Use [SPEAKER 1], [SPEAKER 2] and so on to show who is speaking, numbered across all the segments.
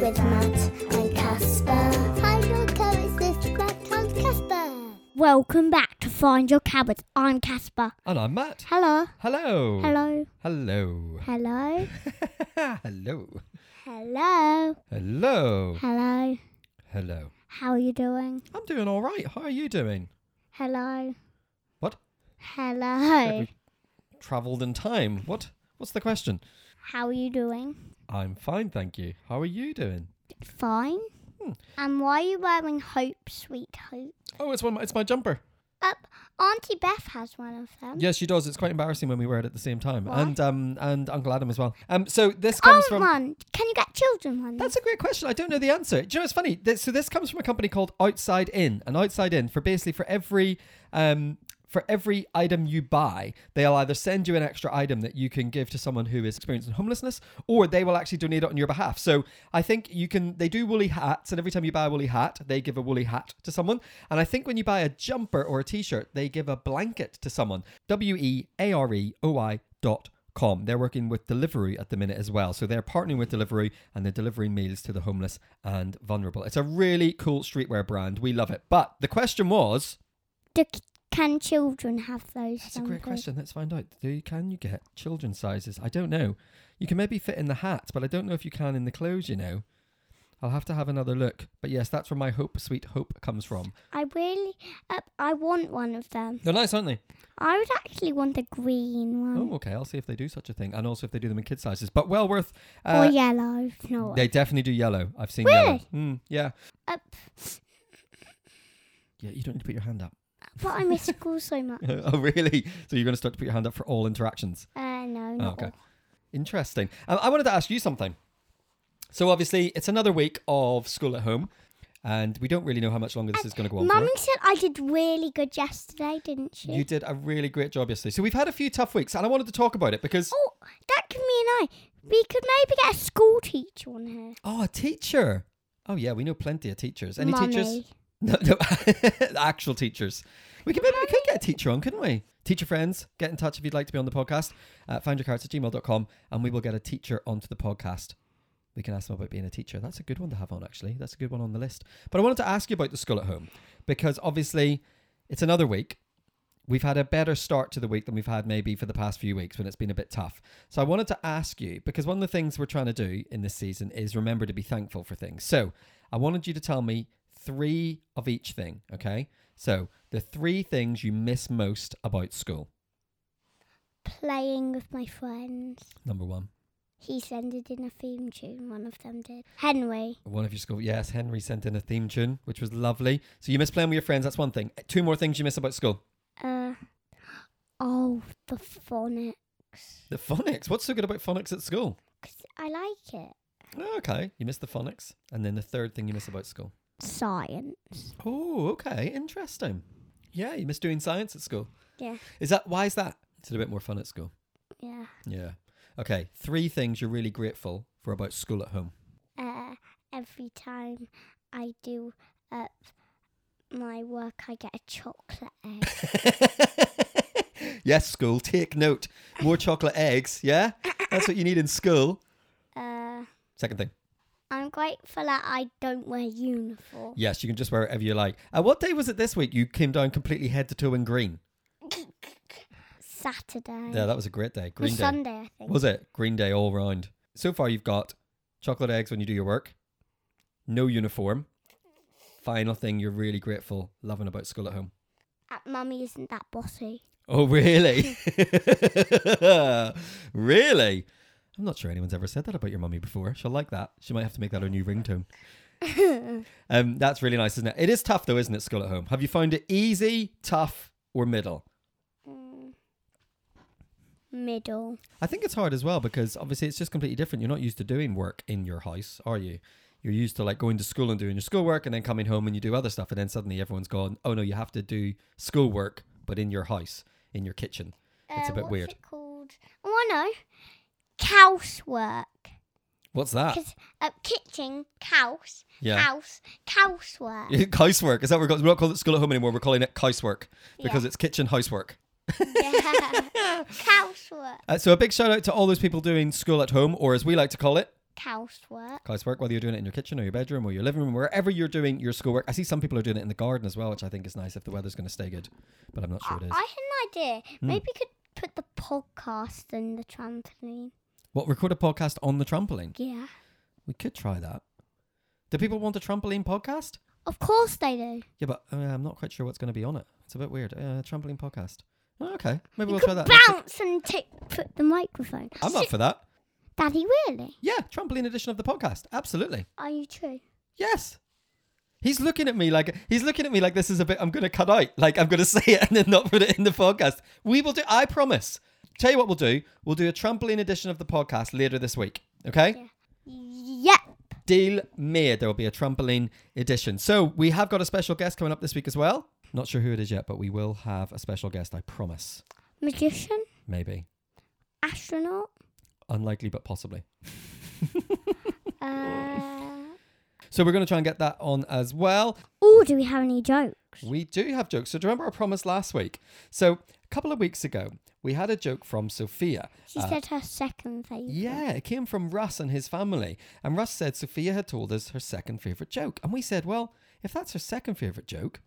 [SPEAKER 1] with Matt and Casper. Find your carrots with Matt and Casper.
[SPEAKER 2] Welcome back to Find Your Cabbage. I'm Casper.
[SPEAKER 3] And I'm Matt.
[SPEAKER 2] Hello.
[SPEAKER 3] Hello.
[SPEAKER 2] Hello.
[SPEAKER 3] Hello.
[SPEAKER 2] Hello.
[SPEAKER 3] Hello.
[SPEAKER 2] Hello.
[SPEAKER 3] Hello.
[SPEAKER 2] Hello.
[SPEAKER 3] Hello.
[SPEAKER 2] How are you doing?
[SPEAKER 3] I'm doing all right. How are you doing?
[SPEAKER 2] Hello.
[SPEAKER 3] What?
[SPEAKER 2] Hello.
[SPEAKER 3] Traveled in time. What? What's the question?
[SPEAKER 2] How are you doing?
[SPEAKER 3] I'm fine, thank you. How are you doing?
[SPEAKER 2] Fine.
[SPEAKER 3] Hmm.
[SPEAKER 2] And why are you wearing Hope, Sweet Hope?
[SPEAKER 3] Oh, it's one. It's my jumper.
[SPEAKER 2] Up. Auntie Beth has one of them.
[SPEAKER 3] Yes, she does. It's quite embarrassing when we wear it at the same time,
[SPEAKER 2] Why?
[SPEAKER 3] and um, and Uncle Adam as well. Um, so this
[SPEAKER 2] I
[SPEAKER 3] comes
[SPEAKER 2] want
[SPEAKER 3] from.
[SPEAKER 2] one. Oh, Can you get children one?
[SPEAKER 3] That's a great question. I don't know the answer. Do you know it's funny? This, so this comes from a company called Outside In, and Outside In for basically for every um for every item you buy, they'll either send you an extra item that you can give to someone who is experiencing homelessness, or they will actually donate it on your behalf. So I think you can. They do woolly hats, and every time you buy a woolly hat, they give a woolly hat to someone. And I think when you buy a jumper or a t-shirt, they give a blanket to someone. W e a r e o i dot Com. They're working with Deliveroo at the minute as well. So they're partnering with Deliveroo and they're delivering meals to the homeless and vulnerable. It's a really cool streetwear brand. We love it. But the question was
[SPEAKER 2] Do, can children have those?
[SPEAKER 3] that's a great
[SPEAKER 2] jumpers?
[SPEAKER 3] question. Let's find out. Do can you get children's sizes? I don't know. You can maybe fit in the hat, but I don't know if you can in the clothes, you know. I'll have to have another look. But yes, that's where my hope, sweet hope comes from.
[SPEAKER 2] I really, uh, I want one of them.
[SPEAKER 3] They're nice, aren't they?
[SPEAKER 2] I would actually want a green one
[SPEAKER 3] Oh, okay. I'll see if they do such a thing. And also if they do them in kid sizes. But well worth
[SPEAKER 2] or
[SPEAKER 3] uh,
[SPEAKER 2] yellow. No,
[SPEAKER 3] They definitely do yellow. I've seen yellow.
[SPEAKER 2] Really?
[SPEAKER 3] Mm, yeah.
[SPEAKER 2] Up.
[SPEAKER 3] Yeah, you don't need to put your hand up.
[SPEAKER 2] but I miss school so much.
[SPEAKER 3] oh, really? So you're going to start to put your hand up for all interactions.
[SPEAKER 2] Uh, no, not
[SPEAKER 3] Oh, okay.
[SPEAKER 2] all.
[SPEAKER 3] Interesting. Um, I wanted to ask you something. So obviously, it's another week of school at home, and we don't really know how much longer this is going to go on
[SPEAKER 2] Mummy
[SPEAKER 3] for.
[SPEAKER 2] said I did really good yesterday, didn't she?
[SPEAKER 3] You did a really great job yesterday. So we've had a few tough weeks, and I wanted to talk about it because
[SPEAKER 2] Oh, that could mean I. We could maybe get a school teacher on here.
[SPEAKER 3] oh, a teacher. Oh yeah, we know plenty of teachers. Any
[SPEAKER 2] Mummy.
[SPEAKER 3] teachers? No, no, actual teachers. We could maybe we could get a teacher on, couldn't we? Teacher friends, get in touch if you'd like to be on the podcast. Uh, find your cards at gmail.com and we will get a teacher onto the podcast. We can ask them about being a teacher. That's a good one to have on, actually. That's a good one on the list. But I wanted to ask you about the school at home because obviously it's another week. We've had a better start to the week than we've had maybe for the past few weeks when it's been a bit tough. So I wanted to ask you because one of the things we're trying to do in this season is remember to be thankful for things. So I wanted you to tell me three of each thing, okay? So the three things you miss most about school.
[SPEAKER 2] Playing with my friends.
[SPEAKER 3] Number one.
[SPEAKER 2] He sent it in a theme tune, one of them did. Henry.
[SPEAKER 3] One of your school. Yes, Henry sent in a theme tune, which was lovely. So you miss playing with your friends. That's one thing. Two more things you miss about school.
[SPEAKER 2] Uh, oh, the phonics.
[SPEAKER 3] The phonics. What's so good about phonics at school?
[SPEAKER 2] 'Cause I like it.
[SPEAKER 3] Okay, you miss the phonics. And then the third thing you miss about school.
[SPEAKER 2] Science.
[SPEAKER 3] Oh, okay. Interesting. Yeah, you miss doing science at school.
[SPEAKER 2] Yeah,
[SPEAKER 3] Is that why is that? Is it a bit more fun at school?
[SPEAKER 2] yeah.
[SPEAKER 3] Yeah. Okay. Three things you're really grateful for about school at home.
[SPEAKER 2] uh, every time I do uh, my work, I get a chocolate egg.
[SPEAKER 3] yes, school, take note. More chocolate eggs, yeah? That's what you need in school.
[SPEAKER 2] uh,
[SPEAKER 3] Second thing.
[SPEAKER 2] I'm grateful that I don't wear uniform.
[SPEAKER 3] Yes, you can just wear whatever you like. Uh, what day was it this week you came down completely head to toe in green?
[SPEAKER 2] Saturday.
[SPEAKER 3] Yeah, that was a great day. Green
[SPEAKER 2] Or
[SPEAKER 3] day.
[SPEAKER 2] Sunday, I think.
[SPEAKER 3] Was it? Green day all round. So far, you've got chocolate eggs when you do your work, no uniform. Final thing you're really grateful, loving about school at home.
[SPEAKER 2] Uh, Mummy isn't that bossy.
[SPEAKER 3] Oh, really? really? I'm not sure anyone's ever said that about your mummy before. She'll like that. She might have to make that her new ringtone. um, that's really nice, isn't it? It is tough, though, isn't it, school at home? Have you found it easy, tough, or middle?
[SPEAKER 2] Mm. Middle.
[SPEAKER 3] I think it's hard as well because obviously it's just completely different. You're not used to doing work in your house, are you? You're used to like going to school and doing your schoolwork and then coming home and you do other stuff. And then suddenly everyone's gone, oh no, you have to do schoolwork, but in your house, in your kitchen. It's a
[SPEAKER 2] Uh,
[SPEAKER 3] bit
[SPEAKER 2] what's
[SPEAKER 3] weird.
[SPEAKER 2] it called? Oh, I know. Housework.
[SPEAKER 3] Uh. What's that?
[SPEAKER 2] Because uh, kitchen, house,
[SPEAKER 3] Yeah.
[SPEAKER 2] house, housework.
[SPEAKER 3] Housework. Is that what we're, called? we're not calling it school at home anymore? We're calling it housework because
[SPEAKER 2] Yeah.
[SPEAKER 3] it's kitchen housework.
[SPEAKER 2] Yeah. housework.
[SPEAKER 3] Uh, so a big shout out to all those people doing school at home, or as we like to call it,
[SPEAKER 2] housework.
[SPEAKER 3] Housework, whether you're doing it in your kitchen or your bedroom or your living room, wherever you're doing your schoolwork. I see some people are doing it in the garden as well, which I think is nice if the weather's going to stay good, but I'm not sure it is. Hmm.
[SPEAKER 2] I had an idea. Maybe we could put the podcast in the trampoline.
[SPEAKER 3] What, record a podcast on the trampoline?
[SPEAKER 2] Yeah.
[SPEAKER 3] We could try that. Do people want a trampoline podcast?
[SPEAKER 2] Of course they do.
[SPEAKER 3] Yeah, but uh, I'm not quite sure what's going to be on it. It's a bit weird. Uh, trampoline podcast. Oh, okay, maybe
[SPEAKER 2] You
[SPEAKER 3] we'll try
[SPEAKER 2] could
[SPEAKER 3] that.
[SPEAKER 2] bounce and take put the microphone.
[SPEAKER 3] I'm up
[SPEAKER 2] Sit-
[SPEAKER 3] for that.
[SPEAKER 2] Daddy, really?
[SPEAKER 3] Yeah, trampoline edition of the podcast. Absolutely.
[SPEAKER 2] Are you true?
[SPEAKER 3] Yes. He's looking at me like he's looking at me like this is a bit I'm gonna cut out. Like I'm gonna say it and then not put it in the podcast. We will do I promise. Tell you what we'll do. We'll do a trampoline edition of the podcast later this week. Okay?
[SPEAKER 2] Yep.
[SPEAKER 3] Deal made. There will be a trampoline edition. So we have got a special guest coming up this week as well. Not sure who it is yet, but we will have a special guest, I promise.
[SPEAKER 2] Magician,
[SPEAKER 3] Maybe.
[SPEAKER 2] astronaut,
[SPEAKER 3] Unlikely but possibly.
[SPEAKER 2] uh,
[SPEAKER 3] So we're gonna try and get that on as well.
[SPEAKER 2] Oh, do we have any jokes?
[SPEAKER 3] We do have jokes. So do you remember our promise last week? So a couple of weeks ago, we had a joke from Sophia.
[SPEAKER 2] She
[SPEAKER 3] Uh,
[SPEAKER 2] said her second favourite.
[SPEAKER 3] yeah, it came from Russ and his family. And Russ said Sophia had told us her second favourite joke. And we said, well, if that's her second favourite joke,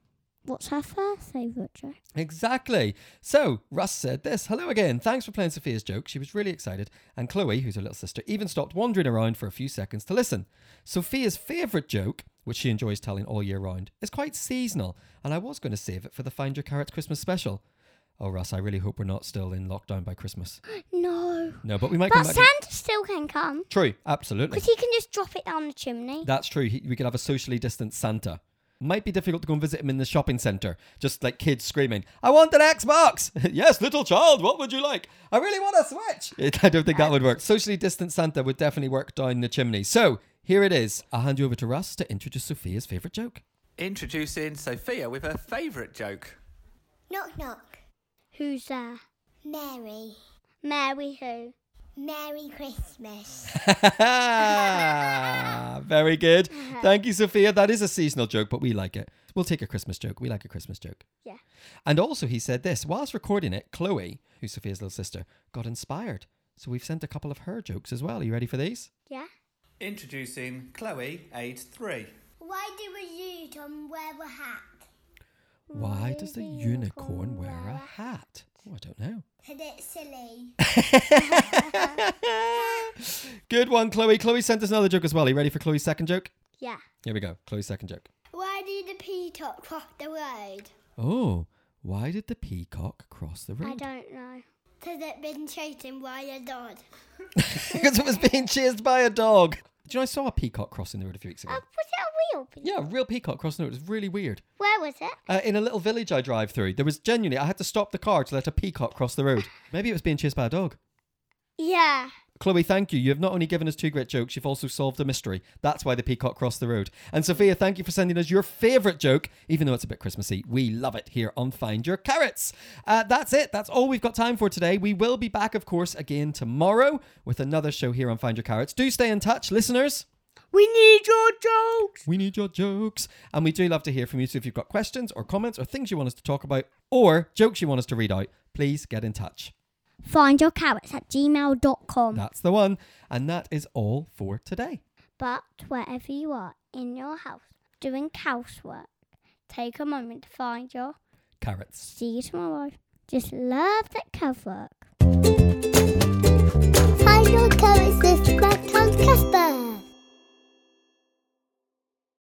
[SPEAKER 2] What's her first favourite joke?
[SPEAKER 3] Exactly. So Russ said this Hello again. Thanks for playing Sophia's joke. She was really excited. And Chloe, who's her little sister, even stopped wandering around for a few seconds to listen. Sophia's favourite joke, which she enjoys telling all year round, is quite seasonal. And I was going to save it for the Find Your Carrot Christmas special. Oh, Russ, I really hope we're not still in lockdown by Christmas.
[SPEAKER 2] No.
[SPEAKER 3] No, but we might
[SPEAKER 2] But
[SPEAKER 3] come back.
[SPEAKER 2] Santa still can come.
[SPEAKER 3] True, absolutely.
[SPEAKER 2] Because he can just drop it down the chimney.
[SPEAKER 3] That's true. He, we could have a socially distanced Santa. Might be difficult to go and visit him in the shopping centre. Just like kids screaming, I want an Xbox! yes, little child, what would you like? I really want a Switch! I don't think that would work. Socially distanced Santa would definitely work down the chimney. So, here it is. I'll hand you over to Russ to introduce Sophia's favourite joke.
[SPEAKER 4] Introducing Sophia with her favourite joke.
[SPEAKER 1] Knock knock.
[SPEAKER 2] Who's there?
[SPEAKER 1] Merry,
[SPEAKER 2] Mary who?
[SPEAKER 1] Merry Christmas.
[SPEAKER 3] Very good. Thank you, Sophia. That is a seasonal joke, but we like it. We'll take a Christmas joke. We like a Christmas joke.
[SPEAKER 2] Yeah.
[SPEAKER 3] And also, he said this whilst recording it, Chloe, who's Sophia's little sister, got inspired. So we've sent a couple of her jokes as well. Are you ready for these?
[SPEAKER 2] Yeah.
[SPEAKER 4] Introducing Chloe, age three.
[SPEAKER 1] Why do a unicorn wear a hat?
[SPEAKER 3] Why does the unicorn wear a hat? Oh, I don't know.
[SPEAKER 1] Because it's silly.
[SPEAKER 3] Good one, Chloe. Chloe sent us another joke as well. Are you ready for Chloe's second joke?
[SPEAKER 2] Yeah.
[SPEAKER 3] Here we go. Chloe's second joke.
[SPEAKER 1] Why do the peacock cross the road?
[SPEAKER 3] Oh, why did the peacock cross the
[SPEAKER 2] I
[SPEAKER 3] road?
[SPEAKER 2] don't know.
[SPEAKER 1] Because it's been chasing by a dog.
[SPEAKER 3] because it was being chased by a dog. Do you know, I saw a peacock crossing the road a few weeks ago.
[SPEAKER 2] Uh, was it a wheel?
[SPEAKER 3] yeah, a real peacock crossing the road. It was really weird.
[SPEAKER 2] Where was it?
[SPEAKER 3] Uh, in a little village I drive through, there was genuinely, I had to stop the car to let a peacock cross the road. Maybe it was being chased by a dog.
[SPEAKER 2] Yeah.
[SPEAKER 3] Chloe, thank you. You have not only given us two great jokes, you've also solved a mystery. That's why the peacock crossed the road. And Sophia, thank you for sending us your favourite joke, even though it's a bit Christmassy. We love it here on Find Your Carrots. Uh, that's it. That's all we've got time for today. We will be back, of course, again tomorrow with another show here on Find Your Carrots. Do stay in touch, listeners.
[SPEAKER 2] We need your jokes.
[SPEAKER 3] We need your jokes. And we do love to hear from you. So if you've got questions or comments or things you want us to talk about or jokes you want us to read out, please get in touch.
[SPEAKER 2] Find your carrots at gmail.com.
[SPEAKER 3] That's the one. And that is all for today.
[SPEAKER 2] But wherever you are in your house doing housework, take a moment to find your.
[SPEAKER 3] Carrots.
[SPEAKER 2] See you tomorrow. Just love that cover.